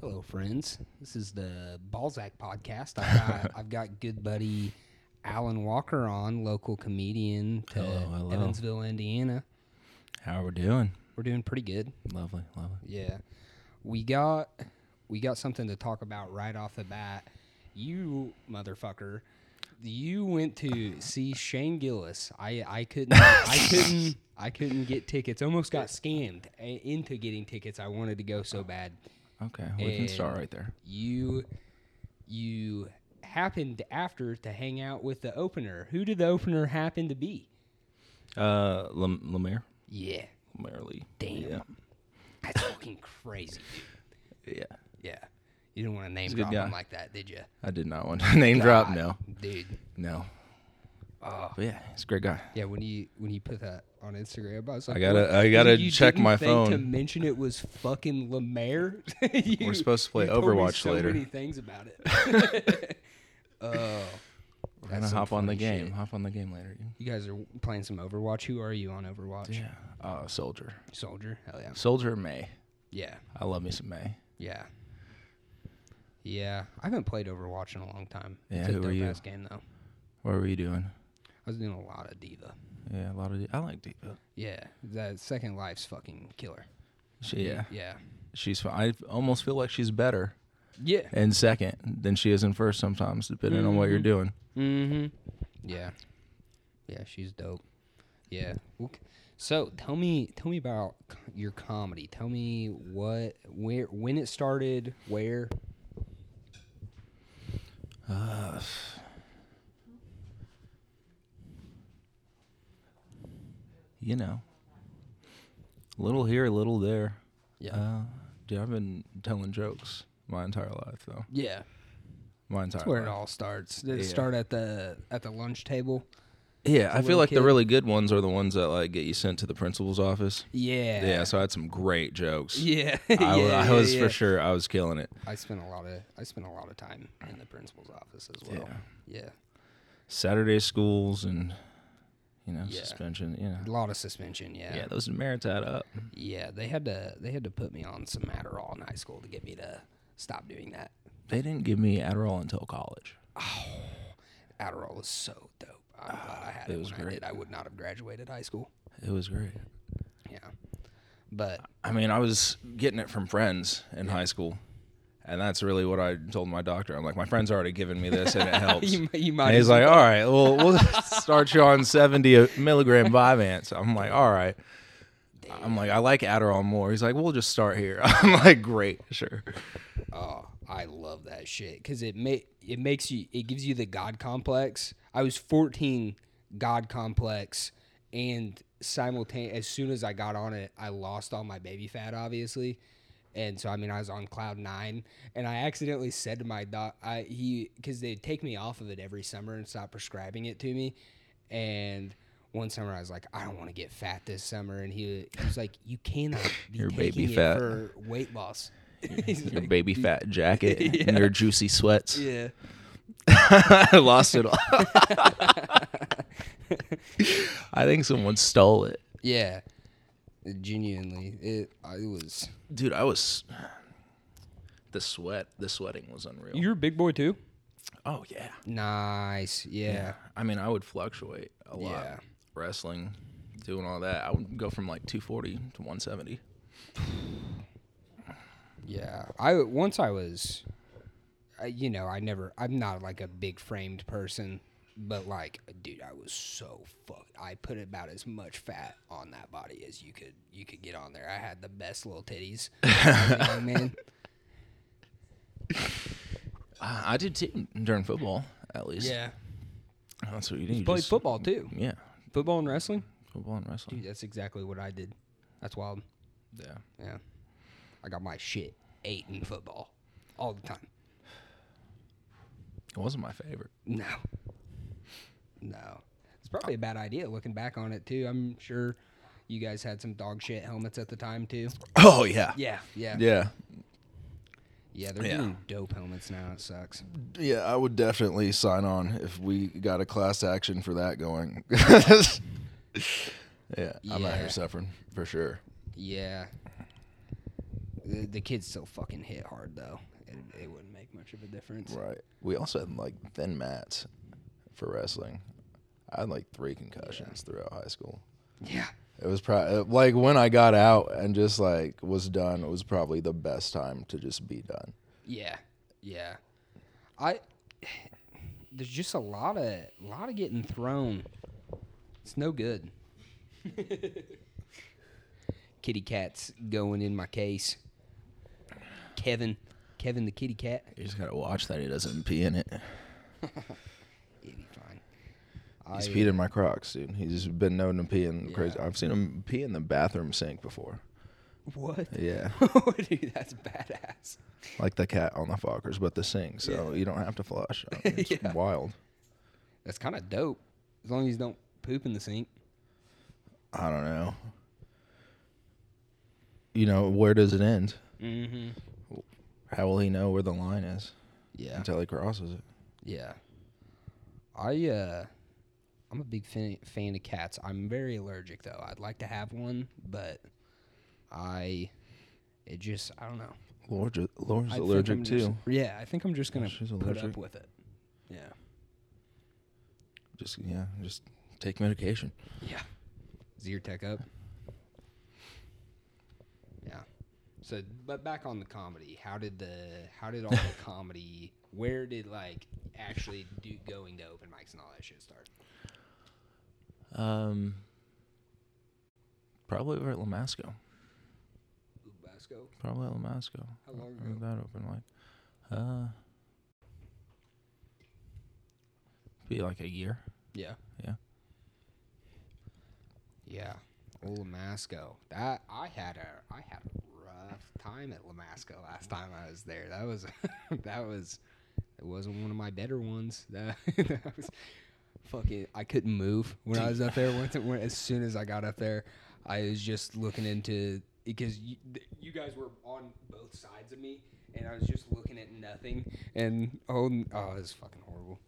Hello, friends. This is the Balzac podcast. I've got, I've got good buddy Alan Walker on, local comedian to Hello, hello. Evansville, Indiana. How are we doing? We're doing pretty good. Lovely, lovely. Yeah, we got we got something to talk about right off the bat. You motherfucker, you went to see Shane Gillis. I I couldn't I couldn't I couldn't get tickets. Almost got scammed uh, into getting tickets. I wanted to go so bad. Okay, we can start right there. You you happened after to hang out with the opener. Who did the opener happen to be? Uh, Lam- Lemire, Yeah, Lemire Lee. Damn. Yeah, that's fucking crazy. dude. yeah. Yeah, you didn't want to name a good drop him guy. like that, did you? I did not want to name drop. God, No, dude. no. Oh. But yeah, he's a great guy. Yeah, when you when you put that on Instagram, I was like, I gotta- what? I gotta You check didn't my think To phone. mention it was fucking Lemaire. You- We're supposed to play you told me Overwatch so later. Many things about it. oh, We're that's gonna some hop on the funny game. shit. Hop on the game later. dude. You guys are playing some Overwatch. Who are you on Overwatch? Yeah. Uh, Soldier. Soldier. Hell yeah. Soldier May. Yeah. I love me some May. Yeah. Yeah. I haven't played Overwatch in a long time. Yeah, It's a who were dope you? ass game though. What were you doing? I was doing a lot of Diva. Yeah, a lot of. I like uh, Diva. Yeah. That second life's fucking killer. She, yeah, Yeah. she's. fi- I almost feel like she's better Yeah. in second than she is in first sometimes, depending on what you're doing. Mm-hmm. Yeah. Yeah, she's dope. Yeah. Ok- So tell me, tell me about c- your comedy. Tell me what, where, when it started, where. Uh, you know, little here, little there. Uh, dude, I've been telling jokes my entire life, though. yeah. My entire That's where it life. all starts. Did it Yeah. start at the at the lunch table? Yeah, I little feel like kid. the really good ones are the ones that like get you sent to the principal's office. Yeah. Yeah, so I had some great jokes. Yeah. I, w- yeah, I yeah, was yeah. for sure. I was killing it. I spent a lot of I spent a lot of time in the principal's office as well. Yeah. Saturday schools and you know Yeah. suspension. You know, A lot of suspension, yeah. yeah, those merits add up. Yeah, they had to they had to put me on some Adderall in high school to get me to stop doing that. They didn't give me Adderall until college. Adderall was so dope. I'm glad I had Ah, it, it was when I great. did. I would not have graduated high school. It was great. Yeah, but I mean, I was getting it from friends in high school, and that's really what I told my doctor. I'm like, my friend's already given me this, and it helps. you, you might. and he's as like, all right, well, we'll start you on 70 milligram Vyvanse. I'm like, all right. I'm like, I like Adderall more. He's like, we'll just start here. I'm like, great, sure. Oh, I love that shit because it ma- it makes you it gives you the god complex. I was 14, god complex, and simultaneous. As soon as I got on it, I lost all my baby fat, obviously, and so I mean I was on cloud nine, and I accidentally said to my doc, I he because they take me off of it every summer and stop prescribing it to me, and. One summer, I was like, I don't want to get fat this summer, and he, he was like, "You cannot be You're taking baby it fat. for weight loss." He's Your like, baby fat jacket and your juicy sweats. yeah. I lost it all. I think someone stole it. Yeah. Genuinely, it I was. Dude, I was. The sweat, the sweating was unreal. You're a big boy too. oh, yeah. Nice. Yeah. I mean, I would fluctuate a lot. Yeah. Wrestling, doing all that. I would go from like 240 to 170. Yeah. I once I was, I, you know, I never. I'm not like a big framed person, but like, dude, I was so fucked. I put about as much fat on that body as you could you could get on there. I had the best little titties. I man. Uh, I did too during football, at least. Yeah. That's what you do. You Played just- football too. Yeah. Football and wrestling. Football and wrestling. Dude, that's exactly what I did. That's wild. Yeah. Yeah. I got my shit ate in football all the time. It wasn't my favorite. No. No. It's probably a bad idea looking back on it, too. I'm sure you guys had some dog shit helmets at the time, too. Oh, yeah. Yeah. Yeah. Yeah. Yeah. they're Yeah. doing dope helmets now. It sucks. Yeah, I would definitely sign on if we got a class action for that going. yeah, I'm out Yeah. here suffering for sure. Yeah. The, the kids still fucking hit hard though. It, it wouldn't make much of a difference. Right. We also had like thin mats for wrestling. I had like three concussions throughout high school. Yeah. It was probably like when I got out and just like was done. It was probably the best time to just be done. Yeah. Yeah. I there's just a lot of lot of getting thrown. It's no good. kitty cat's going in my case. Kevin, Kevin the kitty cat. You just gotta watch that he doesn't pee in it. It'd be fine. He's I- peed in my Crocs, dude. He's been known to pee in crazy. Yeah. I've seen him pee in the bathroom sink before. What? Yeah, Dude, that's badass. like the cat on the Fockers, but the sink, so you don't have to flush. I mean, it's Yeah. wild. That's kind of dope. As long as you don't poop in the sink. I don't know. You know, where does it end? Mm-hmm. How will he know where the line is Yeah. until he crosses it? Yeah. I uh I'm a big fan, fan of cats. I'm very allergic though. I'd like to have one, but I it just I don't know. Laura, Laura's I think allergic I'm just- too. yeah, I think I'm just gonna She's put allergic. up with it. Yeah. Just yeah, just take medication. Yeah. Is tech up? Yeah. So, but back on the comedy, how did the how did all the comedy? Where did like actually do going to open mics and all that shit start? Um, probably over at Lamasco. Lubasco? Probably at Lamasco. How long Or ago? That open mic. Uh, be like a year. Yeah. Yeah. Yeah. Old Lamasco. That I had a I had a rough time at Lamasco last time I was there. That was that was it wasn't one of my better ones. That, that was fucking I couldn't move when I was up there. Once it, when, as soon as I got up there, I was just looking into because you, th- you guys were on both sides of me and I was just looking at nothing and oh, oh it was fucking horrible.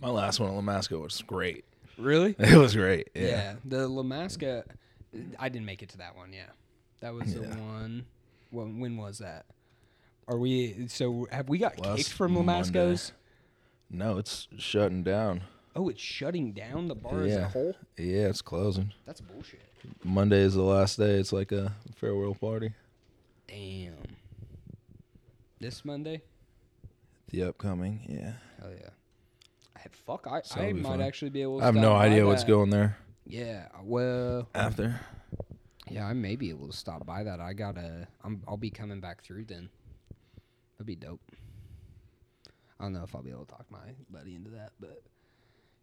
My last one at Lamasco was great. Really? It was great. Yeah. The Lamaska, I didn't make it to that one. Yeah. That was the Yeah. one. When, when was that? Are we, so have we got Last kicked from Monday. Lamasco's? No, it's shutting down. Oh, it's shutting down the bar as a Yeah. whole? Yeah, it's closing. That's bullshit. Monday is the last day. It's like a farewell party. Damn. This Monday? The upcoming, yeah. Hell yeah. I, fuck, I, So I it'll be might fun. actually be able to I have no stop by idea what's that. going there Yeah, well, after. yeah, I may be able to stop by that. I gotta, I'm, I'll be coming back through then. That'd be dope. I don't know if I'll be able to talk my buddy into that, but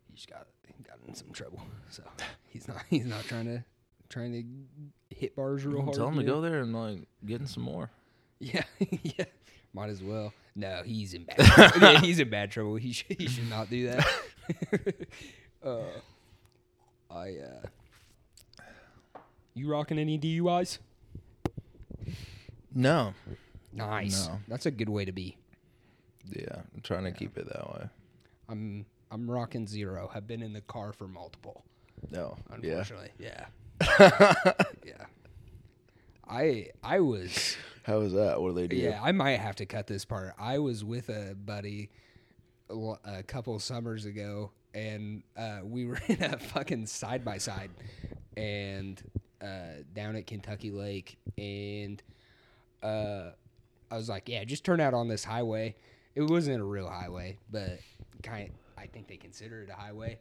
he just got got in some trouble. So he's not he's not trying to trying to hit bars real hard. Tell him to you know? go there and like getting some more. Yeah, yeah. Might as well. No, he's in bad. trouble. yeah, he's in bad trouble. He should, he should not do that. uh, I. Uh, you rocking any DUIs? No. Nice. No. That's a good way to be. Yeah, I'm trying to keep it that way. I'm I'm rocking zero. Have been in the car for multiple. No. Yeah. Unfortunately. Yeah. Yeah. I I was How is that? What do they do? yeah. I might have to cut this part. I was with a buddy a lo- a couple summers ago, and uh, we were in a fucking side by side, and uh, down at Kentucky Lake, and uh, I was like, yeah, just turn out on this highway. It wasn't a real highway, but kind I think they consider it a highway,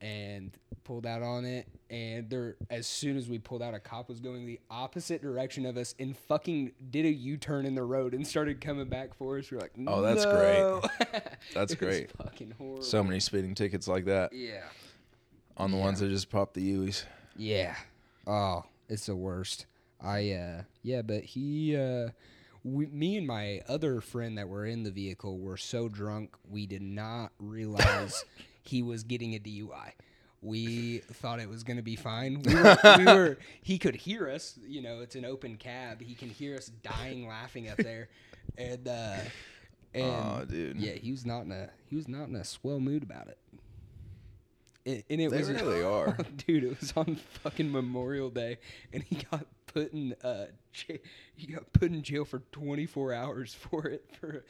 and pulled out on it. And there, as soon as we pulled out, a cop was going the opposite direction of us and fucking did a U turn in the road and started coming back for us. We're like, Oh, that's great. great. That's It was great. Fucking horrible. So many speeding tickets like that yeah. on the ones that just pop the U's. Yeah. Oh, it's the worst. I uh yeah, but he uh we, me and my other friend that were in the vehicle were so drunk we did not realize he was getting a DUI. We thought it was going to be fine. We were, we were he could hear us, you know, it's an open cab. He can hear us dying laughing up there. And uh and Aw, dude. yeah, he was not in a he was not in a swell mood about it. and and it They was really are. dude. It was on fucking Memorial Day, and he got put in uh, j- he got put in jail for 24 hours for it. For, for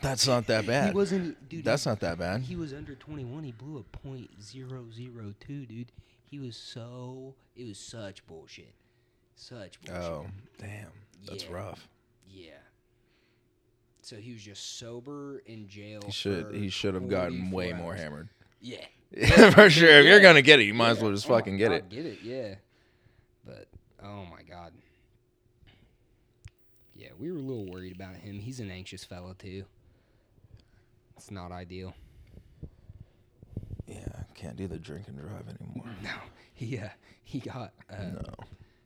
That's not that bad. he wasn't, dude. That's he- not that bad. He was under 21. He blew a point zero zero two, dude. He was so it was such bullshit, such bullshit. Oh, damn. That's Yeah. rough. Yeah. So he was just sober in jail. He should for he should have gotten 44 way more hours. hammered. Yeah. For sure. If you're Yeah. gonna get it, you might as Yeah. well just Oh my fucking get God, it. Get it, yeah. But oh my god. Yeah, we were a little worried about him. He's an anxious fella too. It's not ideal. Yeah, I can't do the drink and drive anymore. No, he uh, he got uh, No.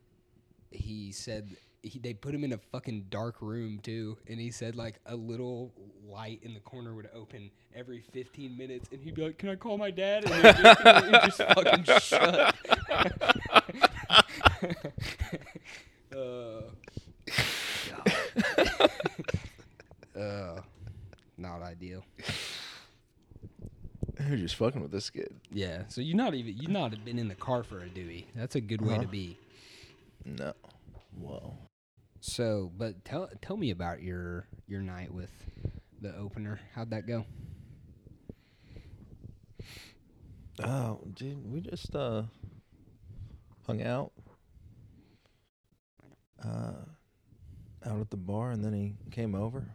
he said he, they put him in a fucking dark room too, and he said like a little light in the corner would open every 15 minutes, and he'd be like, "Can I call my dad?" And he'd just, he'd just fucking shut. uh, God. uh, not ideal. You're just fucking with this kid. Yeah, so you not even you not have been in the car for a Dewey. That's a good way Uh-huh. to be. No. Whoa. So, but tell tell me about your your night with the opener. How'd that go? Oh, dude, we just uh hung out uh out at the bar and then he came over.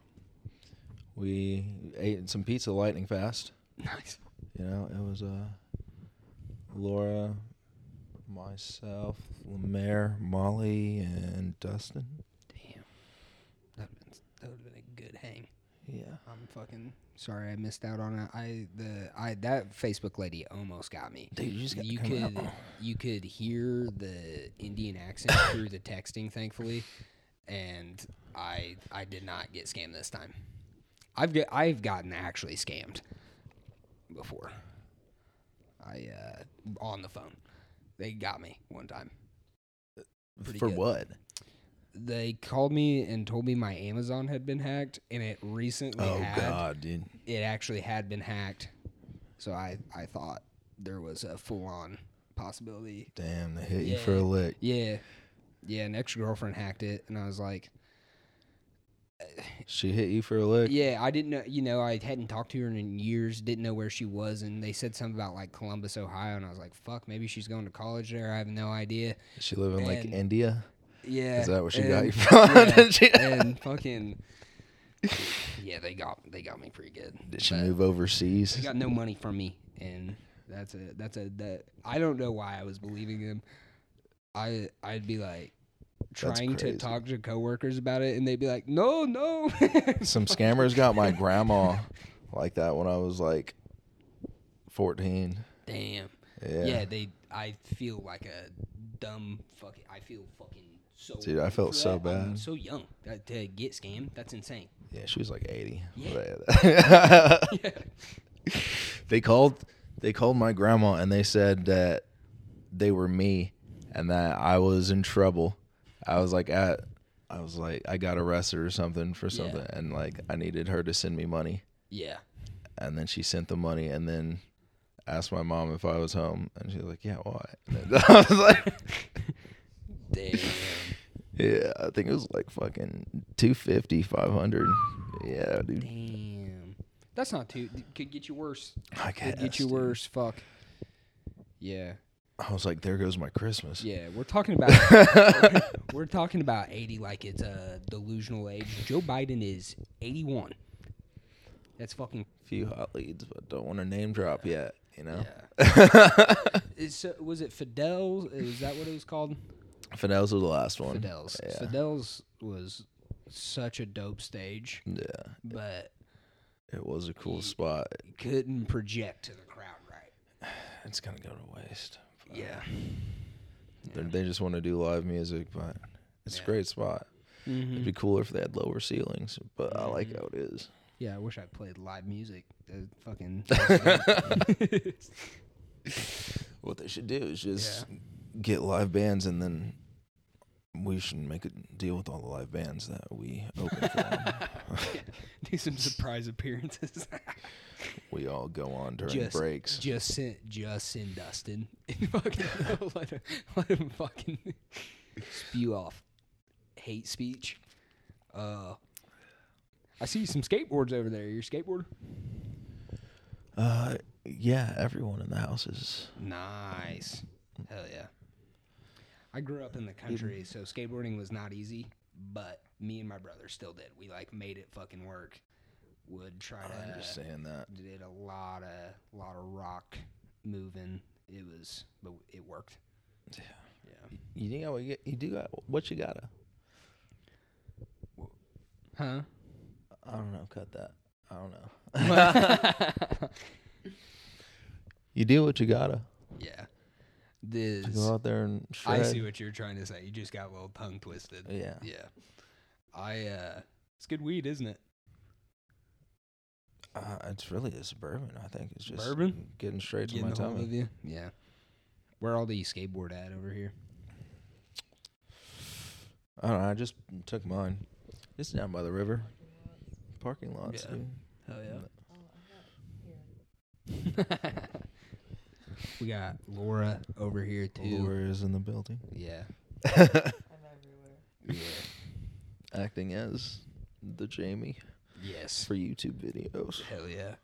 We ate some pizza lightning fast. Nice. You know, it was uh, Laura, myself, Lemaire, Molly, and Dustin. Damn. That would that would have been a good hang. Yeah. I'm fucking sorry I missed out on it. I the I that Facebook lady almost got me. Dude, you just gotta You come could out. you could hear the Indian accent through the texting, thankfully, and I I did not get scammed this time. I've got I've gotten actually scammed before. I uh, on the phone. They got me one time. pretty For good. what? They called me and told me my Amazon had been hacked, and it recently oh, had. God, dude. it actually had been hacked. So I, I thought there was a full on possibility. Damn, they hit you for Yeah. a lick. Yeah. Yeah, an ex girlfriend hacked it and I was like, She hit you for a lick? Yeah, I didn't know you know, I hadn't talked to her in years, didn't know where she was and they said something about like Columbus, Ohio and I was like, Fuck, maybe she's going to college there, I have no idea. Does she live in, like, And- India? Yeah. Is that where she got and- you from? Did she, Yeah, and fucking Yeah, they got they got me pretty good. did she But- move overseas? They got no money from me, and that's a that's a that I don't know why I was believing them. I I'd be like That's trying to crazy. talk to coworkers about it, and they'd be like, "No, no." Some scammers got my grandma like that when I was, like, 14. Damn. Yeah. Yeah, they. I feel like a dumb fucking. I feel fucking so. Dude, I old felt for so that. I'm bad. so young that, to get scammed. That's insane. Yeah, she was like 80. Yeah. Right. Yeah. they called they called my grandma and they said that they were me and that I was in trouble. I was like at I was like I got arrested or something for something and like I needed her to send me money Yeah. and then she sent the money and then asked my mom if I was home and she was like, "Yeah, why?" And I was like, Damn. "Yeah, I think it was like fucking 250, 500." Yeah, dude. Damn. That's not too. Could get you worse. I Could guess, get you dude. worse. Fuck. Yeah. I was like, "There goes my Christmas." Yeah, we're talking about we're talking about eighty like it's a delusional age. Joe Biden is eighty one. That's fucking few hot leads, but don't want to name drop yet. You know, is, uh, was it Fidel's? Is that what it was called? Fidel's was the last one. Fidel's. Yeah. Fidel's was such a dope stage, yeah, but it was a cool spot. couldn't project to the crowd right. Uh, It's gonna go to waste. but Yeah. they- They just want to do live music, but it's a Yeah. great spot. Mhm. It'd be cooler if they had lower ceilings, but I Mm-hmm. like how it is. Yeah, I wish I played live music. Uh, fucking that's dope. What they should do is just get live bands and then we should make a deal with all the live bands that we open for. 'em. Do some surprise appearances. we all go on during just breaks. Just send, just send Dustin and fucking let him, let him fucking spew off hate speech. Uh, I see some skateboards over there. Your skateboard? uh, yeah, everyone in the house is. Nice. Hell yeah. I grew up in the country, so skateboarding was not easy, but me and my brother still did. We like made it fucking work. Would try I to understand that. did a lot of lot of rock moving. It was but it worked. Yeah. You think I would get? You do got what you gotta? Huh? I don't know. Cut that. I don't know. you do what you gotta. Yeah. You This go out there and shred. I see what you're trying to say. You just got a little tongue twisted. Yeah. Yeah. I uh it's good weed, isn't it? Uh, it's really this bourbon. I think it's just Bourbon? getting straight to Getting my a hold tummy. of you. Yeah. Where all do you skateboard at over here? I don't know. I just took mine. It's down by the river, parking lots. Yeah. dude. Hell yeah. we got Laura over here too. Allure is in the building, Yeah. I'm everywhere. Yeah. acting as the Jamie yes. for YouTube videos. Hell yeah.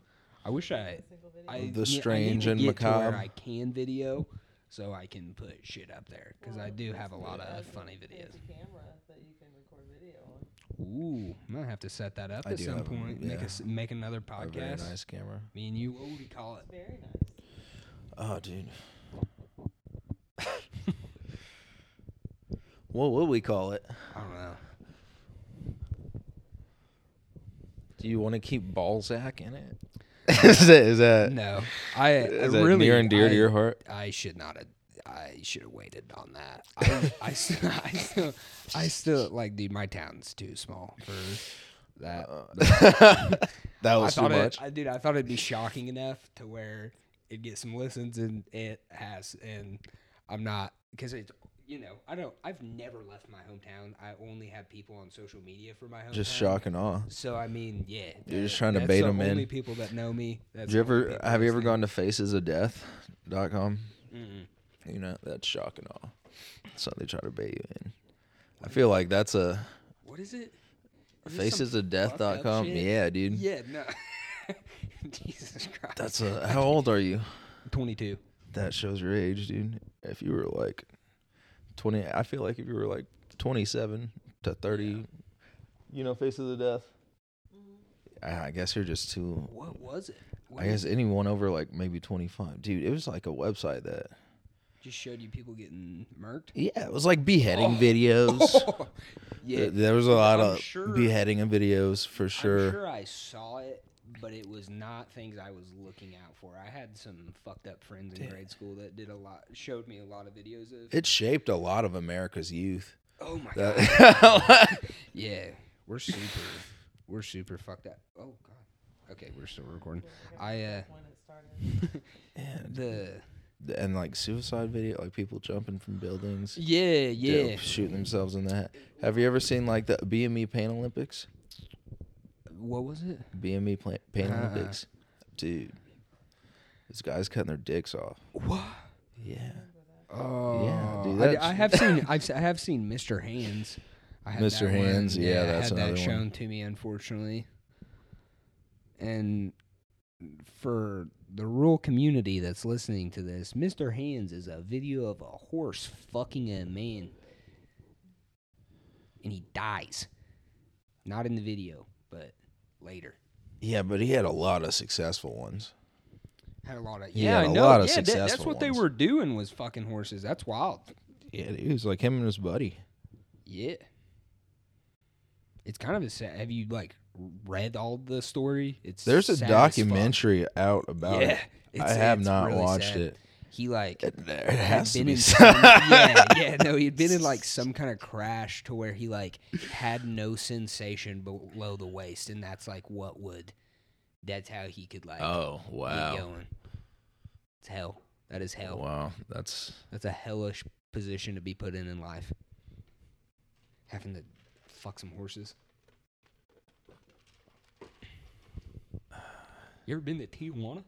I wish I Single video. I, The yeah, I need Strange to and get to where Macabre. I can video, so I can put shit up there because I do have a lot of funny videos. It's a camera that you can record video on. Ooh, I'm gonna have to set that up I at do some have a- point. Make yeah. us make another A very podcast. nice camera. Me and you, what would we call it? It's very nice. Oh, dude. what would we call it? I don't know. Do you want to keep Balzac in it? is that is that, No, I, Uh, is I that really near and dear I, to your heart? I should not have. I should have waited on that. I, I, still, I still, I still like, dude. My town's too small for that. That I was too thought it, much. I, dude. I thought it'd be shocking enough to where it gets some listens, and it has. And I'm not because it's you know I don't. I've never left my hometown. I only have people on social media for my hometown. Just shock and awe. So I mean, yeah. You're just that- trying to that's bait the 'em in. Only people that know me. That's Did you the only ever people have you ever listening. gone to facesofdeath.com? Mm-mm. You know, that's shock and awe. So they try to bait you in. I feel like that's a What is it? Is this some fucked up facesofdeath.com. shit? Yeah, dude. Yeah, no. Jesus Christ. That's a how old are you? 22. That shows your age, dude. If you were like 20, I feel like if you were like 27 to 30, you know, face of the death. I I guess you're just too. What was it? What I is- guess anyone over like maybe 25, dude. It was like a website that. just showed you people getting murked. Yeah, it was like beheading videos. Yeah, There was a lot I'm of sure- beheading and videos for I'm sure. sure I saw it, but it was not things I was looking out for. I had some fucked up friends in grade school that did a lot, showed me a lot of videos of. It shaped a lot of America's youth. oh my That- god! Yeah, we're super, we're super fucked up. Oh god. Okay, we're still recording. I uh When it started. the and like suicide video, like people jumping from buildings. yeah Yeah, yeah shooting themselves in the head. Have you ever seen like the BME Pan Olympics? what was it? BME pla- Pan Uh-uh. Olympics, dude. This guy's cutting their dicks off. What? Yeah, Oh, dude, I d- that's- I, have seen I've, s- I have seen Mr. Hands. I had Mr. that one- Hands, yeah, I that's had another that one. shown to me, unfortunately. And for the rural community that's listening to this, Mr. Hands is a video of a horse fucking a man, and he dies. Not in the video, but later. yeah, but he had a lot of successful ones. Had a lot of He yeah, had I a know. lot of yeah, that- that's successful what they ones. were doing was fucking horses. That's wild. Yeah, dude, it was like him and his buddy. Yeah. It's kind of a sad. Have you like read all the story? It's There's a sad as fuck. documentary out about Yeah, it. it's- I have it's not really watched sad. it. He like It, it had has to been be. in some, yeah, yeah. No, he'd been in like some kind of crash to where he like had no sensation below the waist, and that's like what would. That's how he could like oh be wow, going. It's hell. That is hell. wow, that's That's a hellish position to be put in in life. having to fuck some horses. You ever been to Tijuana?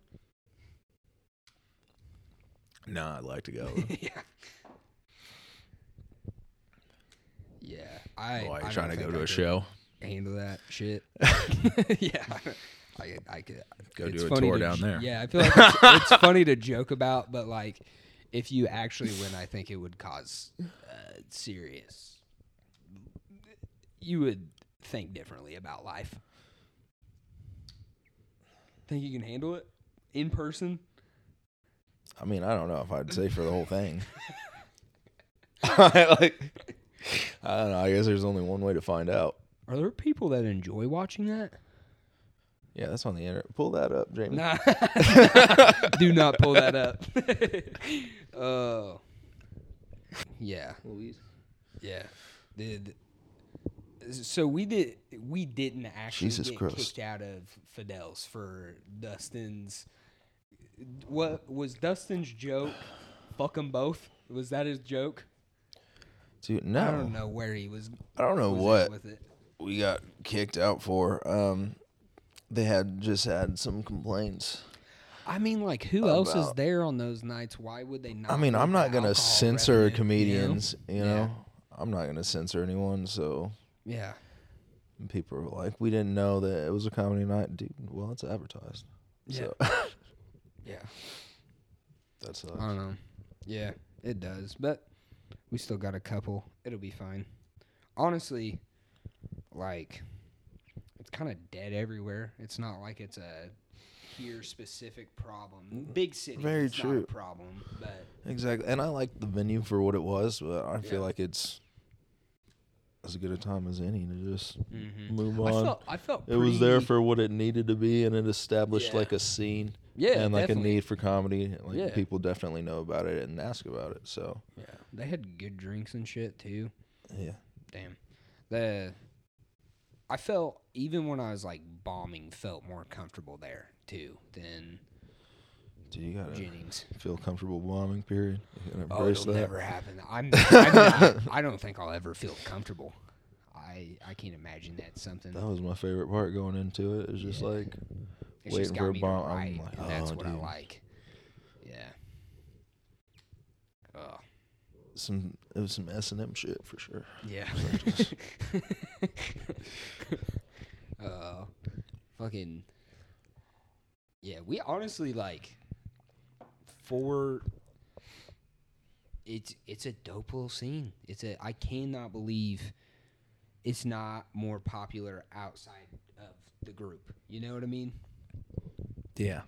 Nah, I'd like to go. yeah. Yeah, I. Why I are you don't trying to think go to I a could show? Handle that shit. yeah, I, I could Go it's do a funny tour to down j- there. Yeah, I feel like it's, it's funny to joke about, but like, if you actually win, I think it would cause uh, serious. You would think differently about life. Think you can handle it in person? I mean, I don't know if I'd say for the whole thing. like, I don't know. I guess there's only one way to find out. Are there people that enjoy watching that? Yeah, that's on the internet. Pull that up, Jamie. Nah, do not pull that up. Oh, yeah. Yeah. Did so we did we didn't actually Jesus get Christ. kicked out of Fidel's for Dustin's what was Dustin's joke? Fuck them both. Was that his joke? Dude, no, I don't know where he was. I don't know was at what with it. we got kicked out for. Um, they had just had some complaints. I mean, like, who else is About- there on those nights? Why would they not? I mean, want I'm the not gonna alcohol censor revenue, you know? comedians. You know, Yeah. I'm not gonna censor anyone. So Yeah. people are like, "We didn't know that it was a comedy night, dude." Well, it's advertised. So Yeah. that's I don't know. Yeah, it does, but we still got a couple. It'll be fine. Honestly, like it's kind of dead everywhere. It's not like it's a here specific problem. Big city, Very it's not a true. problem, but exactly. And I like the venue for what it was, but I Yeah. feel like it's as good a time as any to just Mhm. move I on. felt I felt It was there pretty- for what it needed to be, and it established Yeah. like a scene yeah and like definitely. a need for comedy. Like Yeah. people definitely know about it and ask about it. So Yeah, they had good drinks and shit too. yeah, Damn. The I felt even when I was like bombing, felt more comfortable there too than do you gotta Jennings. feel comfortable bombing? Period. You gotta Oh, embrace it'll that. never happen. I'm, I'm not, I don't think I'll ever feel comfortable. I I can't imagine that something. That was my favorite part going into it. It was just Yeah. like it's just waiting got for a me to bomb. I'm write, like, and that's oh, what I dude. like. Yeah. Oh some it was some S and M shit for sure. yeah. uh, fucking. Yeah, we honestly like for it's it's a dope little scene. It's a I cannot believe it's not more popular outside of the group. You know what I mean? Yeah.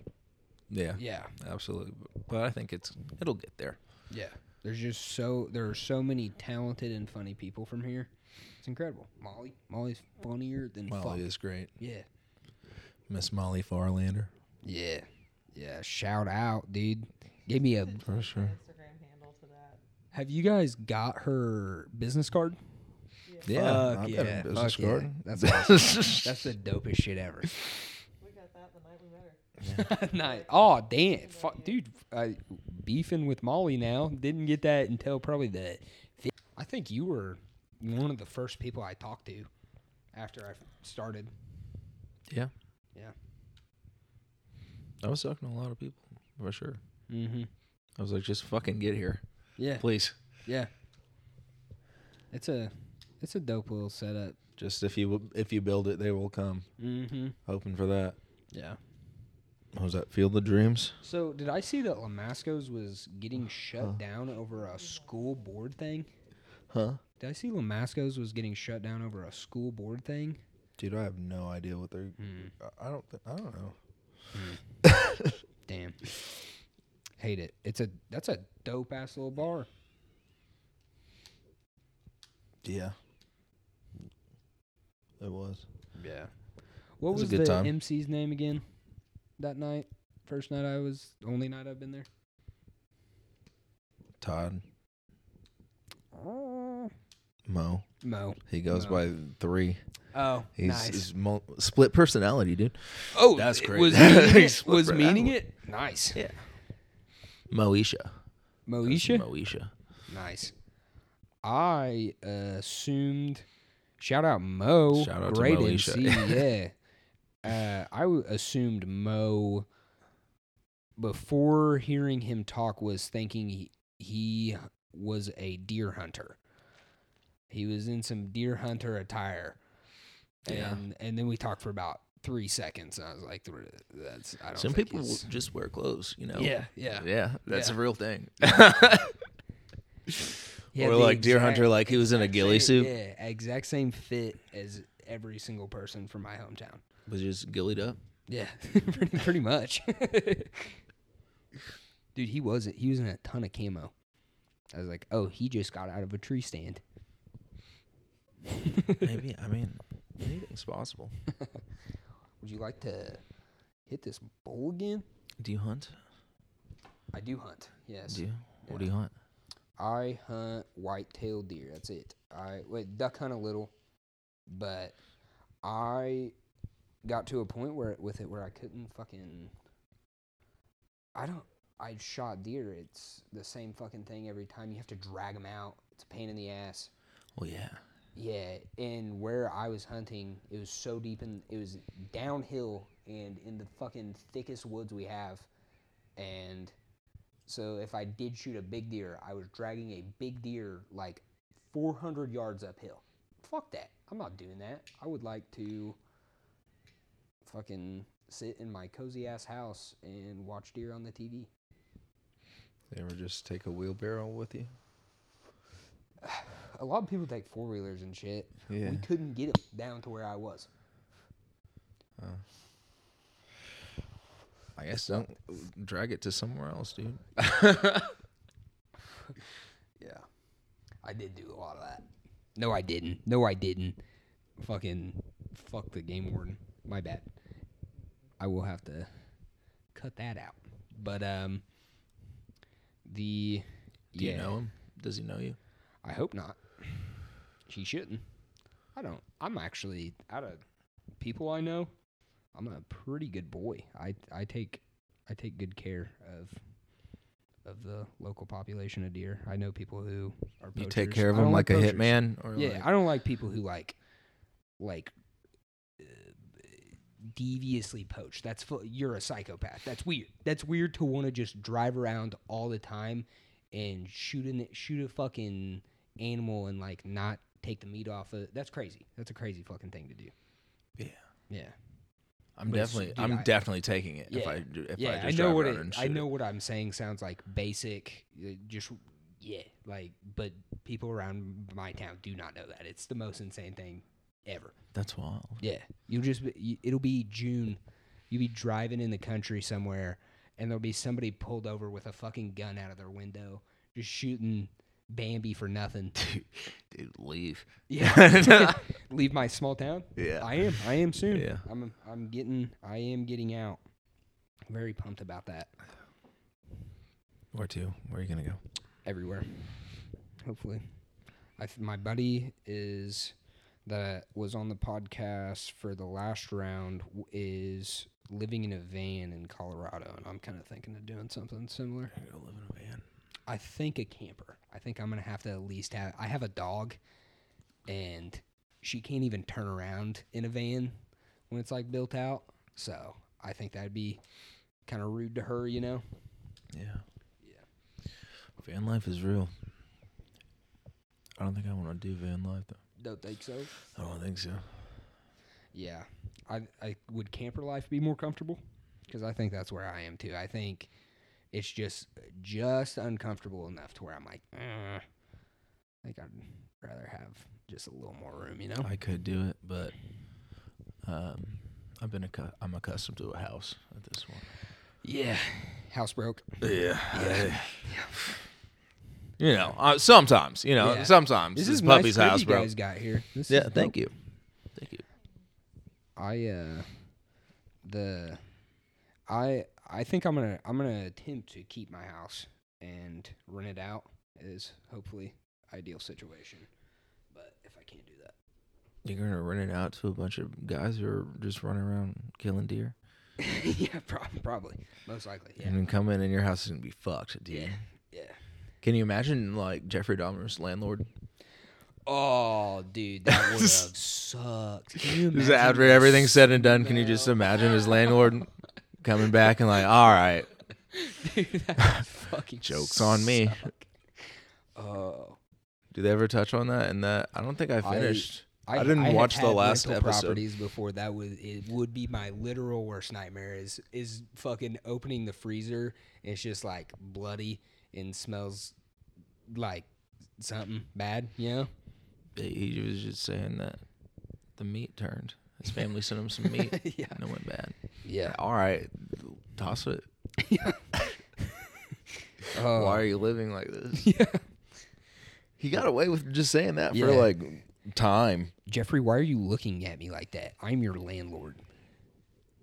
Yeah. Yeah. Absolutely. But I think it's it'll get there. Yeah. There's just so there are so many talented and funny people from here. It's incredible. Molly, Molly's funnier than fuck. Molly is great. Yeah. Miss Molly Farlander. Yeah. Yeah. Shout out, dude. Give me a. For sure. Instagram handle to that. Have you guys got her business card? Fuck I've got a yeah. business Fuck yeah. card. That's awesome. That's the dopest shit ever. We got that the night we met her. nice. Oh damn, fuck, dude. I, beefing with Molly now. Didn't get that until probably the. fi- I think you were one of the first people I talked to after I started. Yeah. Yeah. I was talking to a lot of people for sure. Mm-hmm. I was like, just fucking get here, Yeah. please. Yeah. It's a, it's a dope little setup. Just if you if you build it, they will come. Mm-hmm. Hoping for that. Yeah. What was that? Field of Dreams. So did I see that Lamasco's was getting shut down over a school board thing? Huh? Did I see Lamasco's was getting shut down over a school board thing? Dude, I have no idea what they're. Hmm. I- I don't. Th- I don't know. Damn. Hate it. It's a that's a dope ass little bar. Yeah. It was. Yeah. What It was was, a good the time. MC's name again? That night, first night I was, only night I've been there. Todd Mo. Mo. He goes Mo. by three. Oh, He's, nice. he's mul- split personality, dude. oh, that's it crazy. Was meaning it? He's Was flipping meaning out. it? Nice. Yeah. Moesha. Moesha. Moesha. Nice. I assumed. Shout out Mo. Shout out to Great Moesha. MC. yeah. Uh, I w- assumed Mo before hearing him talk was thinking he, he was a deer hunter. He was in some deer hunter attire. Yeah. And and then we talked for about three seconds. And I was like, "That's I don't." Some think people will he's- just wear clothes, you know. Yeah, yeah, Yeah, that's Yeah. a real thing. Yeah, or the like Deer exact- Hunter, like he was in a exact ghillie same- suit, Yeah, exact same fit as every single person from my hometown. was just ghillied up. Yeah, pretty, pretty much. Dude, he was he was in a ton of camo. I was like, oh, he just got out of a tree stand. Maybe I mean anything's possible. Would you like to hit this bowl again? Do you hunt? I do hunt. Yes, Do you? What do you hunt? I hunt white-tailed deer. That's it. I wait duck hunt a little, but I got to a point where with it where I couldn't fucking. I don't. I shot deer. It's the same fucking thing every time. You have to drag them out. It's a pain in the ass. Well, yeah. Yeah, and where I was hunting, it was so deep in it was downhill and in the fucking thickest woods we have. And so if I did shoot a big deer, I was dragging a big deer like 400 yards uphill. Fuck that. I'm not doing that. I would like to fucking sit in my cozy ass house and watch deer on the TV. They ever just take a wheelbarrow with you? A lot of people take four wheelers and shit. Yeah. We couldn't get them down to where I was. I guess don't drag it to somewhere else, dude. Yeah. I did do a lot of that. No, I didn't. No, I didn't. Fucking fuck the game warden. My bad. I will have to cut that out. But um the Do yeah, you know him? Does he know you? I hope not. She shouldn't. I don't I'm actually out of people I know, I'm a pretty good boy. I I take I take good care of of the local population of deer. I know people who are You poachers. take care of I don't them like a poachers. hitman, or Yeah, like, I don't like people who like like uh, deviously poach. That's fu- you're a psychopath. That's weird. That's weird to want to just drive around all the time and shoot an, shoot a fucking animal and like not take the meat off of it. That's crazy. That's a crazy fucking thing to do. Yeah. Yeah. I'm But it's- definitely, dude, I'm I- definitely taking it. If Yeah. I, do- if yeah, I just I know drive what around it, and I shoot know what I'm saying sounds like basic. uh, Just yeah, like but people around my town do not know that. It's the most insane thing ever. That's wild. Yeah, you'll just be, you- it'll be June. You'll be driving in the country somewhere, and there'll be somebody pulled over with a fucking gun out of their window, just shooting Bambi for nothing. Dude, leave. Yeah, leave my small town. Yeah. I am. I am soon. Yeah. I'm. I'm getting. I am getting out. Very pumped about that. Where to? Where are you gonna go? everywhere. Hopefully, I th- my buddy is that was on the podcast for the last round w- is living in a van in Colorado, and I'm kind of thinking of doing something similar. I'm gonna live in a van. I think a camper. I think I'm gonna have to at least have. I have a dog, and she can't even turn around in a van when it's like built out. So I think that'd be kind of rude to her, you know. Yeah. Yeah. Van life is real. I don't think I want to do van life though. Don't think so. I don't think so. Yeah, I I would camper life be more comfortable because I think that's where I am too. I think it's just just uncomfortable enough to where I'm like, "Eh, I think I'd rather have just a little more room, you know. I could do it, but um, I've been accu- I'm accustomed to a house at this point. Yeah, house broke. Yeah. You know, uh, sometimes, you know, Yeah. sometimes This this, is nice puppy's crib house, you bro. guys got here. This yeah, is thank you. Thank you. I uh the I I think I'm gonna I'm gonna attempt to keep my house and rent it out is hopefully ideal situation. But if I can't do that. You're gonna rent it out to a bunch of guys who are just running around killing deer, yeah, prob- probably. Most likely. Yeah. and then come in and your house is gonna be fucked, dude. Yeah. Yeah. Can you imagine like Jeffrey Dahmer's landlord? Oh, dude, that would have sucked. Can you Is imagine that after everything's said and done, can you just imagine his landlord coming back and like, all right, Dude, that would fucking jokes on me. Oh, Do they ever touch on that? And that I don't think I I finished. I, didn't had watch the had last rental episode. Properties before that was it would be my literal worst nightmare is is fucking opening the freezer. And it's just like bloody and smells like something bad. You know? he was just saying that the meat turned. His family sent him some meat, Yeah. and it went bad. Yeah. All right, toss it. Oh, Why are you living like this? yeah. He got away with just saying that Yeah. for like time. Jeffrey, why are you looking at me like that? I'm your landlord.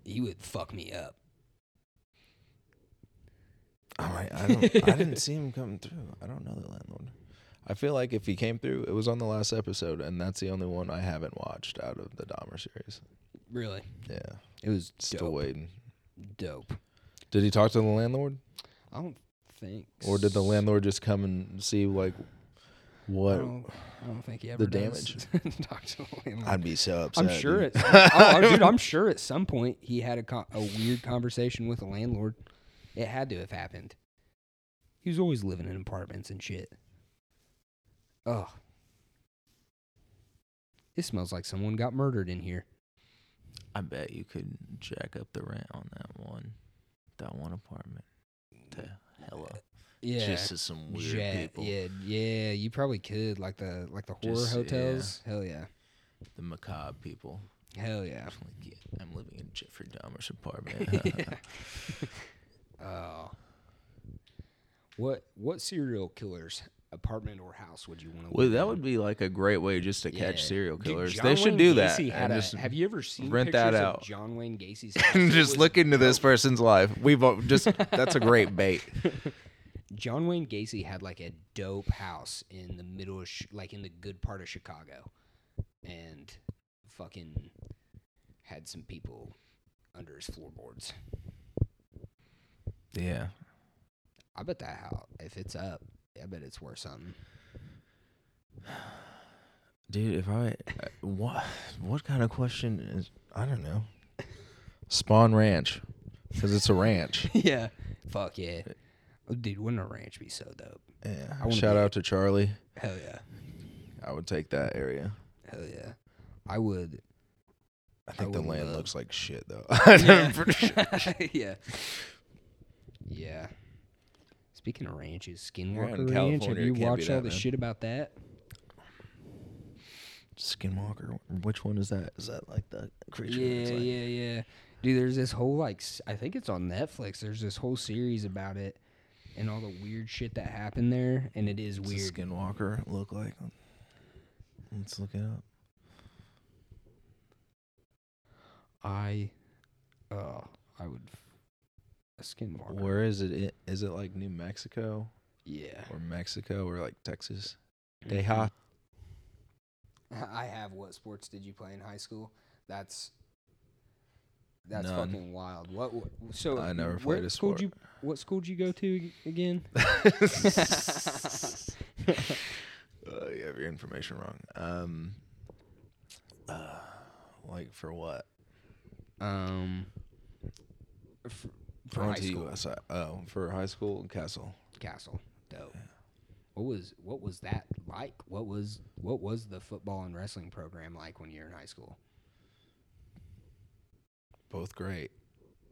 You would fuck me up. I'm like, I don't. I didn't see him coming through. I don't know the landlord. I feel like if he came through, it was on the last episode, and that's the only one I haven't watched out of the Dahmer series. Really? Yeah, It was still waiting. dope. Did he talk to the landlord, I don't think. or did the landlord just come and see like I what? don't, I don't think he ever does talk to the landlord. I'd be so upset. I'm sure dude. it's oh, oh, dude. I'm sure at some point he had a con- a weird conversation with a landlord. It had to have happened. He was always living in apartments and shit. Ugh. It smells like someone got murdered in here. I bet you could jack up the rent on that one, that one apartment. To hella, Yeah. just to some weird yeah, people. yeah, yeah. You probably could like the like the horror Just, yeah. hotels. Hell yeah. the macabre people. Hell yeah. I'm like, yeah, I'm living in Jeffrey Dahmer's apartment. Yeah. Oh. What what serial killer's apartment or house would you want to well, that would be like a great way just to catch Yeah. serial Dude, killers. John they should Wayne do that. Gacy had and a- just, have you ever seen rent that pictures of out. John Wayne Gacy's and house? just It was look into this dope. person's life. We've all just that's a great bait. John Wayne Gacy had like a dope house in the middle of sh- like in the good part of Chicago, and fucking had some people under his floorboards. Yeah, I bet that house, if it's up, I bet it's worth something. dude. If I uh, What what kind of question is I don't know. Spawn Ranch, because it's a ranch. yeah, fuck yeah, oh, dude. Wouldn't a ranch be so dope? Yeah. I wanna Shout be- out to Charlie. Hell yeah, I would take that area. hell yeah. I would. I think the would land love- looks like shit though. Yeah. I'm pretty sure. yeah. Yeah. Speaking of ranches, out Skinwalker in Ranch. Have California, you it can't be watched all that, the man. shit about that? Skinwalker. Which one is that? Is that like the creature? Yeah, that's like- yeah, yeah. Dude, there's this whole like s- I think it's on Netflix. There's this whole series about it and all the weird shit that happened there, and it is What's a weird. Skinwalker look like? Let's look it up. I, oh, I would a Skinwalker. Where is it? I- Is it like New Mexico yeah, or Mexico or like Texas? Mhm. Teja. I have what sports did you play in high school? That's that's None. fucking wild. What? wha- So I never what played a school sport. did You, what school did you go to ag- again? Uh, you have your information wrong. Um, uh, like for what? um, f- for high Toronto, school USA. Oh, for high school, Castle. castle. Dope. What was what was that like? What was what was the football and wrestling program like when you were in high school? Both great.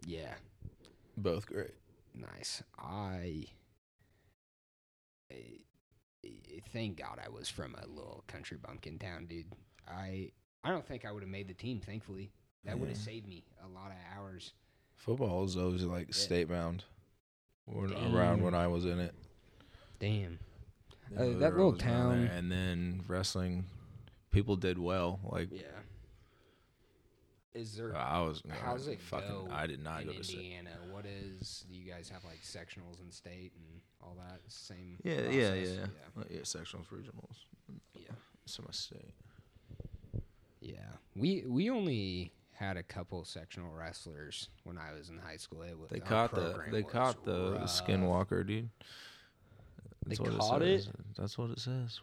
Yeah, Both great. nice. I, I- I- thank God I was from a little country bumpkin town, dude. I I don't think I would have made the team. Thankfully, that would have Yeah. saved me a lot of hours. Football is always like Yeah. state bound. When, around when I was in it, Damn. Uh, Yeah, I that little was around there. town- and then wrestling, people did well. Like Yeah. Is there? I was, How's it fucking, go I did not in go to state. Indiana, what is? Do you guys have like sectionals in state and all that? Same. Yeah, process? yeah, yeah, yeah. Like, yeah, sectionals, regionals, yeah. so my state. Yeah. We we only had a couple sectional wrestlers when I was in high school. It was They our caught the program they was caught the rough. skinwalker, dude. They caught it, it? says. That's what it says.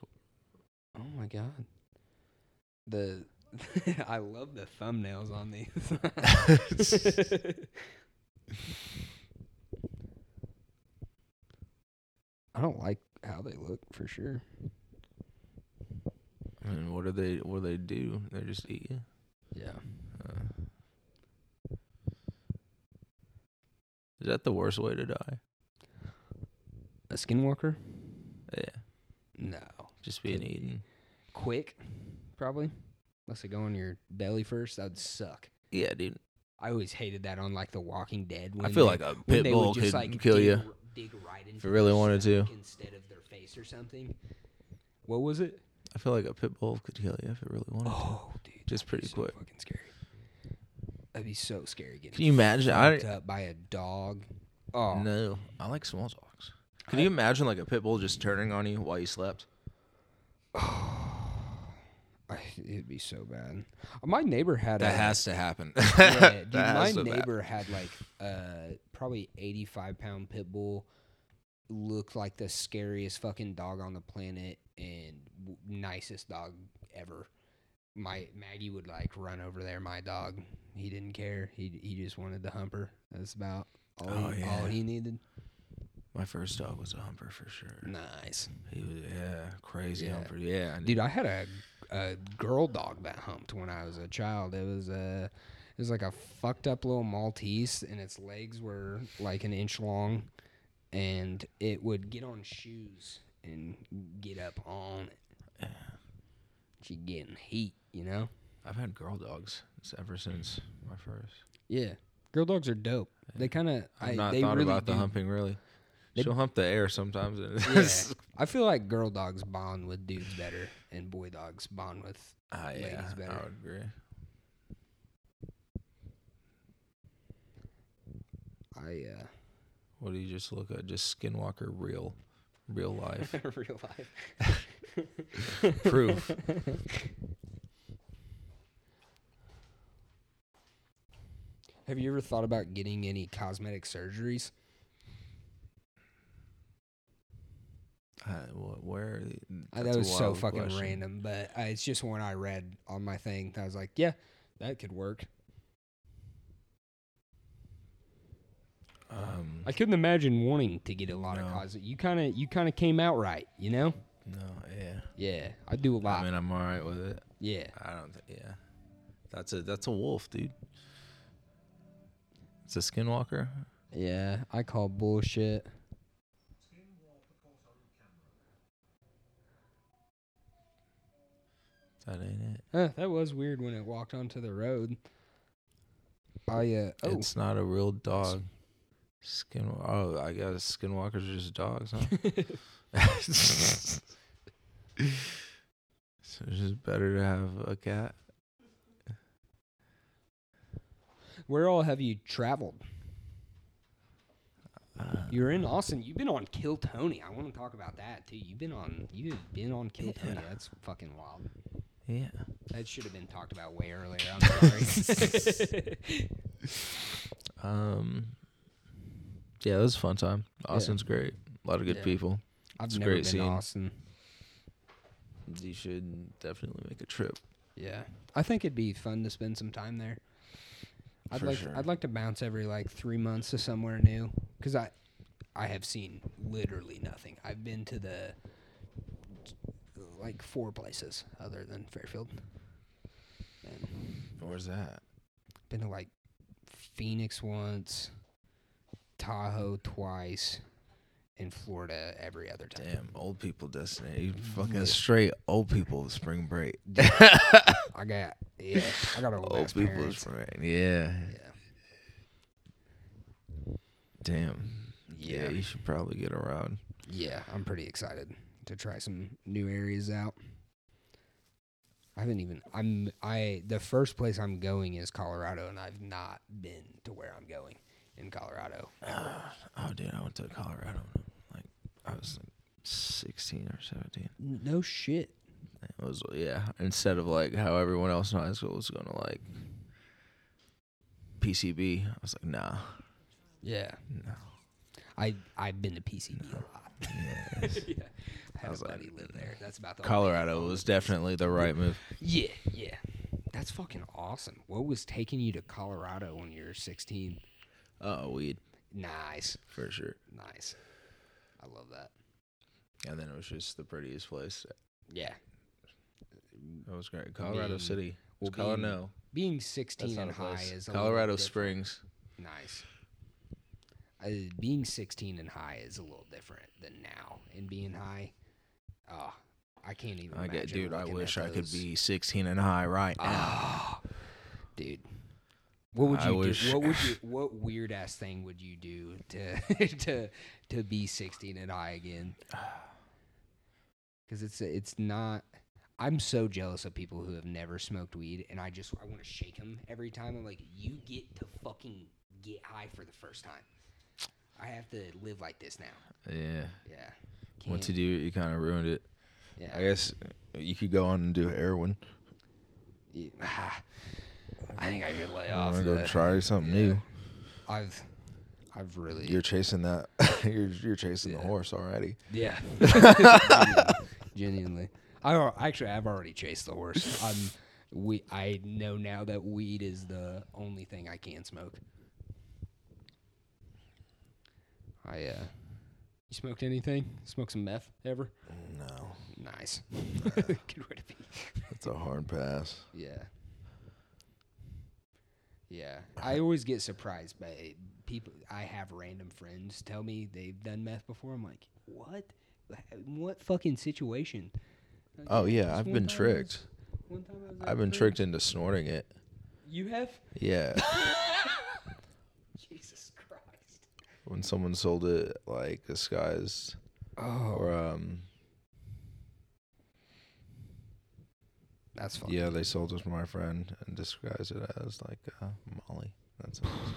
Oh my god. The I love the thumbnails on these. I don't like how they look for sure. And what do they? What do they do? They just eat you. Yeah. Uh, is that the worst way to die? A skinwalker? Yeah, No. just being Could- eaten. Quick, probably. Unless they go in your belly first, that would suck. Yeah, dude. I always hated that on like The Walking Dead. When I feel they- like a when pit they bull would could just, like, kill dig, you. Dig right into it really their wanted to. stomach Instead of their face or something. What was it? I feel like a pit bull could kill you if it really wanted to. Oh, dude, Just that'd be pretty quick. So fucking scary. That'd be so scary getting Can you imagine? I fucked up by a dog. Oh, no. I like small dogs. Can you imagine like a pit bull just turning on you while you slept? I, it'd be so bad. My neighbor had That a, has to happen. yeah, dude, That my has to happen. neighbor had like uh probably 85 pound pit bull looked like the scariest fucking dog on the planet and w- nicest dog ever my maggie would like run over there my dog he didn't care he he just wanted to hump her that's about all, Oh, he, all yeah. he needed My first dog was a humper for sure. nice He was yeah, crazy Yeah. humper. Yeah, dude i had a a girl dog that humped when i was a child it was a it was like a fucked up little maltese and its legs were like an inch long and it would get on shoes and get up on it she getting heat you know I've had girl dogs s- ever since my first. yeah girl dogs are dope they kind of I've i not they thought really about do. the humping really. They- She'll hump the air sometimes. and yeah. it's- i feel like girl dogs bond with dudes better and boy dogs bond with Ah, Ladies yeah, better. I would agree. i uh What do you just look at? Just Skinwalker real, real life real life proof. Have you ever thought about getting any cosmetic surgeries? Uh, wh- where? the- I, Uh, that that's a was so wild fucking question. random, but uh, it's just one I read on my thing. that I was like, yeah, that could work. Um, I couldn't imagine wanting to get a lot of No. cosmetic. You kind of, you kind of came out right, you know? no, yeah. Yeah, I do a lot. I mean, I'm all right with it. yeah, I don't. Th- yeah, that's a that's a wolf, dude. It's a Skinwalker. yeah, I call bullshit. That ain't it. Huh, that was weird when it walked onto the road. I uh oh, It's not a real dog. Skin. Oh, I guess skinwalkers are just dogs, huh? so it's just better to have a cat. where all have you traveled? Uh, You're in Austin. You've been on Kill Tony. I want to talk about that too. You've been on you've been on Kill Tony. That's fucking wild. yeah. That should have been talked about way earlier. I'm sorry. Um. Yeah, it was a fun time. Austin's great. A lot of good Yeah. people. I've It's a never great been scene. to Austin. You should definitely make a trip. Yeah. I think it'd be fun to spend some time there. I'd For like sure. I'd like to bounce every like 3 months to somewhere new cuz I I have seen literally nothing. I've been to the like four places other than Fairfield. And Where's that? been to like Phoenix once, Tahoe twice, and Florida every other time. Damn, old people destiny. You fucking straight old people with spring break. I got yeah, I got old, Old ass people with parents. spring break. Yeah. Yeah. Damn. Yeah. Yeah. you should probably get around. Yeah, I'm pretty excited to try some new areas out. I haven't even I'm I the first place I'm going is Colorado and I've not been to where I'm going in Colorado. Oh, dude, I went to Colorado. when I- Like, I was like 16 or 17. No shit. It was, yeah. Instead of like how everyone else in high school was going to like PCB, I was like, nah. Yeah. No. I I've been to PCB a lot. Yes. yeah. I had was a like, buddy live there. That's about the only- Colorado was definitely the right move. Yeah, yeah. That's fucking awesome. What was taking you to Colorado when you were 16? Oh, weed Nice, for sure. nice. I love that. And then it was just the prettiest place. Yeah, It was great. Colorado Being- City. well, It's Colorado. being No, being that's 16 not and a high place. is a little Colorado different. Springs. Nice. Uh, being 16 and high is a little different than now, and being high, oh, I can't even. I get, imagine dude. I looking at wish I could those. be 16 and high right now. Ah, dude. What would I you do? wish- What would you? What weird ass thing would you do to to to be sixteen and high again? Because it's it's not. I'm so jealous of people who have never smoked weed, and I just I want to shake them every time. I'm like, you get to fucking get high for the first time. I have to live like this now. yeah. Yeah. Once you Can't- do it, you kind of ruined it. I Yeah. guess you could go on and do heroin. Ah, I think I could lay I'm off. gonna go the- try something new. I've I've really You're chasing that. you're you're chasing the Yeah. horse already. Yeah. Genuinely. I al- actually I've already chased the horse. I'm we I know now that weed is the only thing I can smoke. I uh you smoked anything? Smoke some meth ever? No, Nice. Good way to be. that's a hard pass. Yeah. Yeah. I always get surprised by people. I have random friends tell me they've done meth before. I'm like, what? In what fucking situation? Like, Oh yeah, "Just I've one been time I tricked. was- one time I was at I've been the- tricked into snorting it. You have? Yeah. Jesus Christ. when someone sold it like disguised Oh, or um that's funny. yeah they sold it to my friend and disguised it as like uh, molly that's what it was.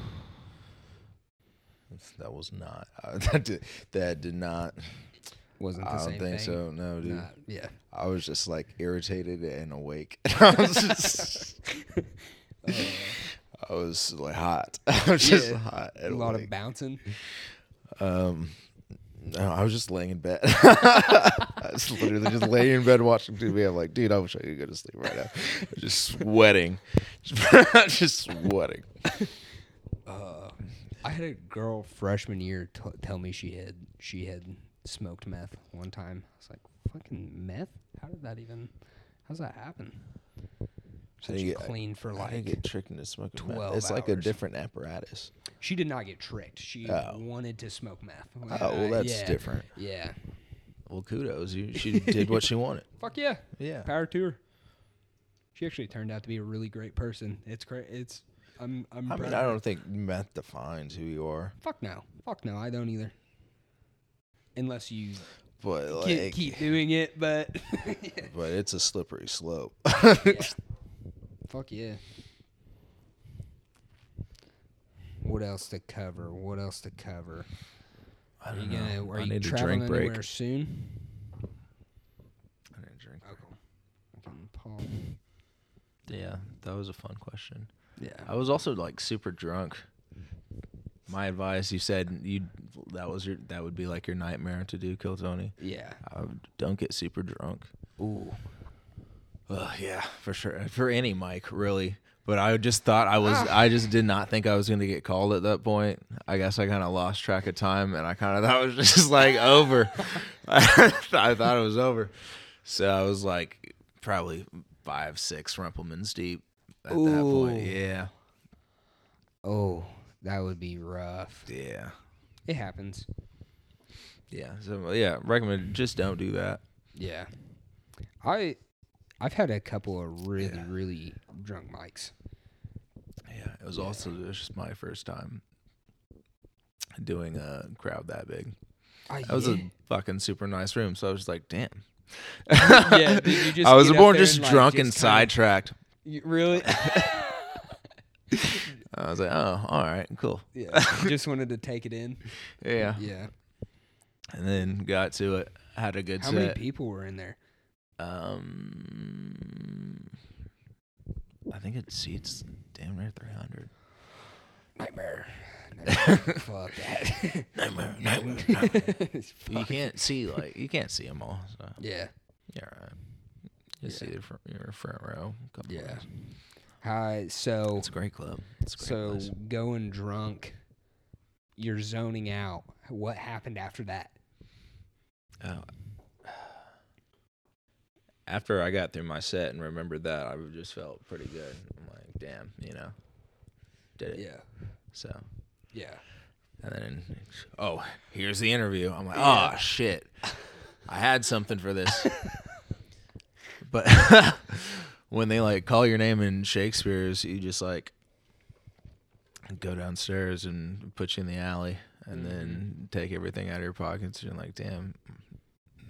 That's- that was not uh, that did, that did not Wasn't the i don't same think thing. so no dude Nah, yeah. i was just like irritated and awake I, was just, I was like hot i was just Yeah. hot a and lot awake. of bouncing. Um, no, I was just laying in bed. I was literally just laying in bed watching TV. I'm like, dude, I wish I could go to sleep right now. I'm just sweating, just sweating. Uh, I had a girl freshman year t- tell me she had she had smoked meth one time. I was like, "Fucking meth? How did that even? How's that happen?" So I she think it- cleaned for I like get tricked into smoking. meth. 12 It's like a hours. different apparatus. she did not get tricked. She Oh. wanted to smoke meth. Oh, well, that's Uh, yeah, different. Yeah, Well, kudos, you. She did what she wanted. fuck yeah, Yeah. power to her. She actually turned out to be a really great person. It's great. It's I'm I'm. I mean, proud I of her. don't think meth defines who you are, Fuck no. Fuck no. I don't either. Unless you but ke- like, keep doing it, but. Yeah. but it's a slippery slope. Yeah. Fuck yeah. What else to cover? What else to cover? I Are don't you know. gonna? Are I you need a traveling drink break. anywhere soon? I didn't drink. Okay. Fucking Paul. Yeah, that was a fun question. Yeah. I was also like super drunk. My advice, you said you that was your that would be like your nightmare to do, kill Tony. Yeah. I would, don't get super drunk. Ooh. Ugh, yeah, for sure. For any mic, really. But I just thought I was I just did not think I was gonna get called at that point. I guess I kinda lost track of time and I kinda that was just like over. I, thought it was over. So I was like probably five, six rumplemans deep at that point. Ooh. Yeah. Oh, that would be rough. Yeah. It happens. Yeah. So yeah, recommend just don't do that. Yeah. I, I've had a couple of really, really drunk mics. Yeah. It was also just my first time doing a crowd that big. I That was a fucking super nice room. So I was just like, damn. yeah, did you just I was get up born there just and, like, drunk just and kinda- Sidetracked. You- really? I was like, oh, all right, cool. yeah. Just wanted to take it in. Yeah. Yeah. And then got to it. Had a good How many set. people were in there? um, I think it seats damn near 300. Nightmare. Nightmare. Fuck that. Nightmare, nightmare, nightmare. It's you fuck- can't see like you can't see them all. So. yeah. You're all right. You see the front, your front row. Couple Yeah. rows. Hi. So it's a great club. It's a great so place. going drunk, you're zoning out. What happened after that? Oh. After I got through my set and remembered that, I just felt pretty good. I'm like, damn, you know, did it. Yeah. So, Yeah. and then, oh, here's the interview. I'm like, oh shit, I had something for this. but when they like call your name in Shakespeare's, you just like go downstairs and put you in the alley, and Mm-hmm. then take everything out of your pockets. And you're like, damn,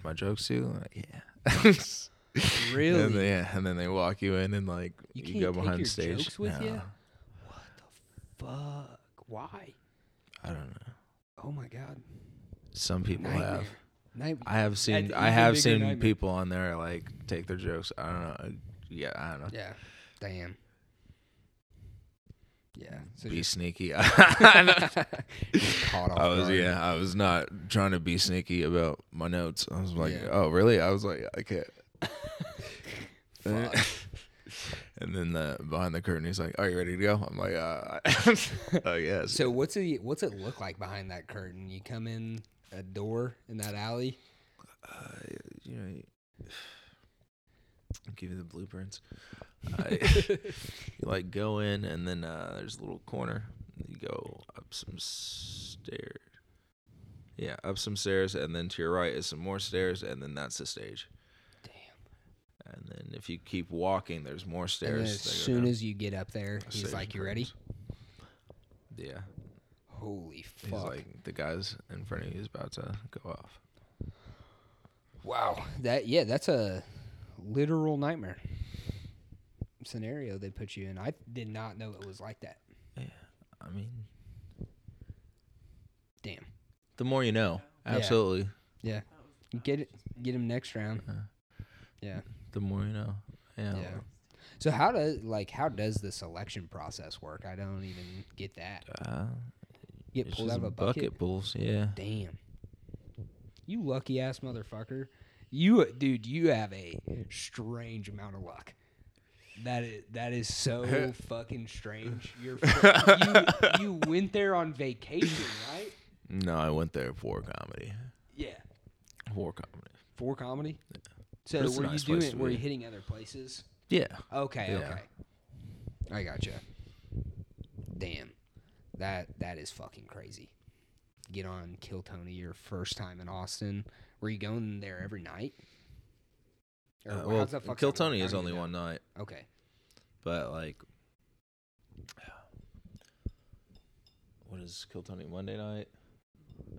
my jokes too. Like, yeah. Really? And then, yeah, and then they walk you in and like You you, can't go take behind your the stage. jokes with No, you? Fuck. Why? I don't know. Oh my god. Some people have. Night- I have seen That's I even have bigger seen nightmare. people on there like take their jokes. I don't know. uh, Yeah, I don't know. yeah. Damn. Yeah. So Be just sneaky. I caught off was guard. yeah, I was not trying to be sneaky about my notes. I was like, Yeah. "Oh, really?" I was like, "I can't." Fuck. And then the behind the curtain, he's like, "Are you ready to go?" I'm like, uh, "Oh yes." So what's it what's it look like behind that curtain? You come in a door in that alley. Uh, you know, you- I'll give you the blueprints. I, you like go in, and then uh, there's a little corner. You go up some stairs. Yeah, up some stairs, and then to your right is some more stairs, and then that's the stage. Damn. And then if you keep walking, there's uh, more And then stairs. as soon as you get up there, he's Stage like, "You ready?" yeah, Holy he's fuck! like the guys in front of you is about to go off. wow. That yeah, that's a literal nightmare scenario they put you in. I did not know it was like that. I mean, Damn. the more you know, Yeah. absolutely. Yeah. Get it. Get him next round. Uh-huh. Yeah. The more you know. Yeah. So how does like how does the selection process work? I don't even get that. Uh, Get It's pulled just out of a bucket. pulls, yeah. Damn. You lucky ass motherfucker. You dude, you have a strange amount of luck. That is that is so fucking strange. You're fu- you, you went there on vacation, right? No, I went there for comedy. Yeah. For comedy. For comedy? So It's a were nice you place doing to were you be. hitting other places? Yeah. Okay, Yeah. okay. I gotcha. Damn. That that is fucking crazy. Get on Kill Tony your first time in Austin. Were you going there every night? Or Uh, how's well, that fuck Kill that work? Tony I is don't only even know. one night, Okay. but like, what is Kill Tony Monday night?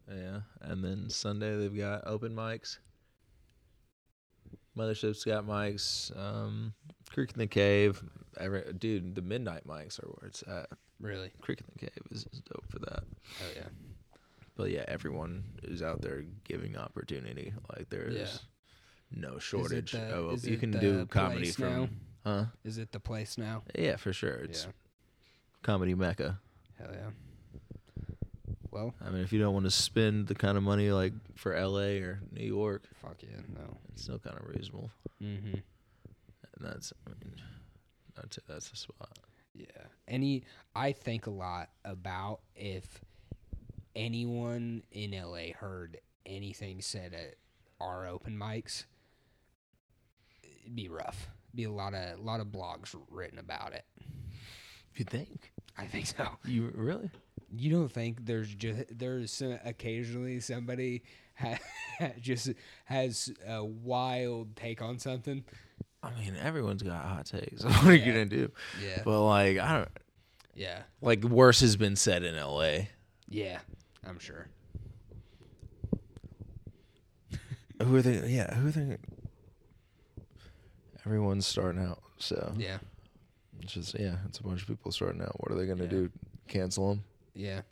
Yeah, and then Sunday they've got open mics. Mothership's got mics. Um, Creek in the Cave. Every, dude, the midnight mics are where it's at. Really? Creek in the Cave is, is dope for that. Oh yeah. But yeah, everyone is out there giving opportunity. Like there's no shortage. the- of, is you it can the do comedy place from huh? Is it the place now? Yeah, for sure. It's yeah. comedy mecca. Hell yeah. Well, I mean, if you don't want to spend the kind of money like for L.A. or New York, fuck yeah, no. it's still kind of reasonable. Mm-hmm. And that's, I mean, that's that's the spot. Yeah. Any I think a lot about if anyone in LA heard anything said at our open mics, it'd be rough. Be a lot of lot of blogs written about it. You think? I think so. You really? You don't think there's just there's some, occasionally somebody ha- just has a wild take on something. I mean, everyone's got hot takes. what are you Yeah. gonna do? Yeah. But like, I don't. Yeah. Like, worse has been said in L.A. Yeah. I'm sure. Who are they? Yeah, who are they? Everyone's starting out, so Yeah. it's just yeah, it's a bunch of people starting out. What are they gonna Yeah. do? Cancel them? Yeah.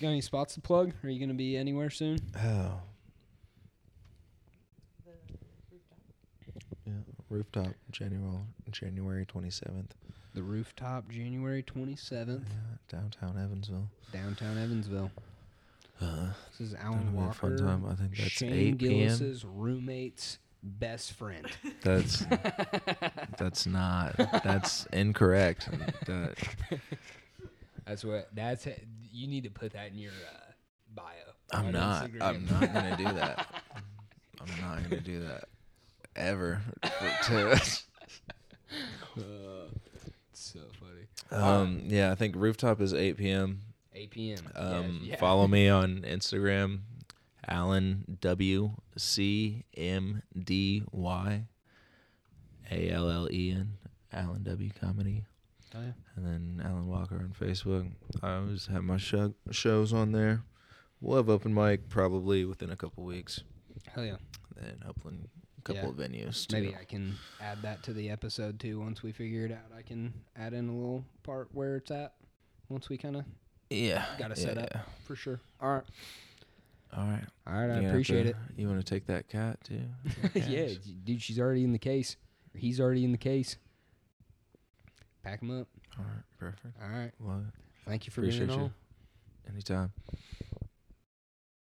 Got any spots to plug? Are you going to be anywhere soon? Oh, The rooftop. yeah. Rooftop, January January twenty seventh, The rooftop, January twenty seventh, downtown Evansville. downtown Evansville. Uh, This is that'll Alan be a Walker. fun time. I think that's Shane eight p.m. Gillis's roommate's best friend. That's that's not that's incorrect. That- That's what. That's you need to put that in your uh, bio. I'm on not. Instagram. I'm not gonna do that. I'm not gonna do that ever. To- Uh, it's so funny. um, yeah, I think rooftop is eight p.m. 8 p.m. Um, Yeah, yeah. Follow me on Instagram, Alan W C M D Y A L L E N Alan W Comedy, Oh, yeah. and then Alan Walker on Facebook. I always have my sho- shows on there. We'll have open mic probably within a couple weeks, Hell yeah. and hopefully a couple Yeah. of venues. Too. Maybe I can add that to the episode too. Once we figure it out, I can add in a little part where it's at. Once we kind of yeah, got it yeah, set up yeah. for sure. All right. All right, All right. I You have appreciate to- it. You want to take that cat too? yeah, Yes. d- dude, she's already in the case. Or He's already in the case. Pack him up. All right, perfect. All right. Well, Thank you for Appreciate being you. on. anytime.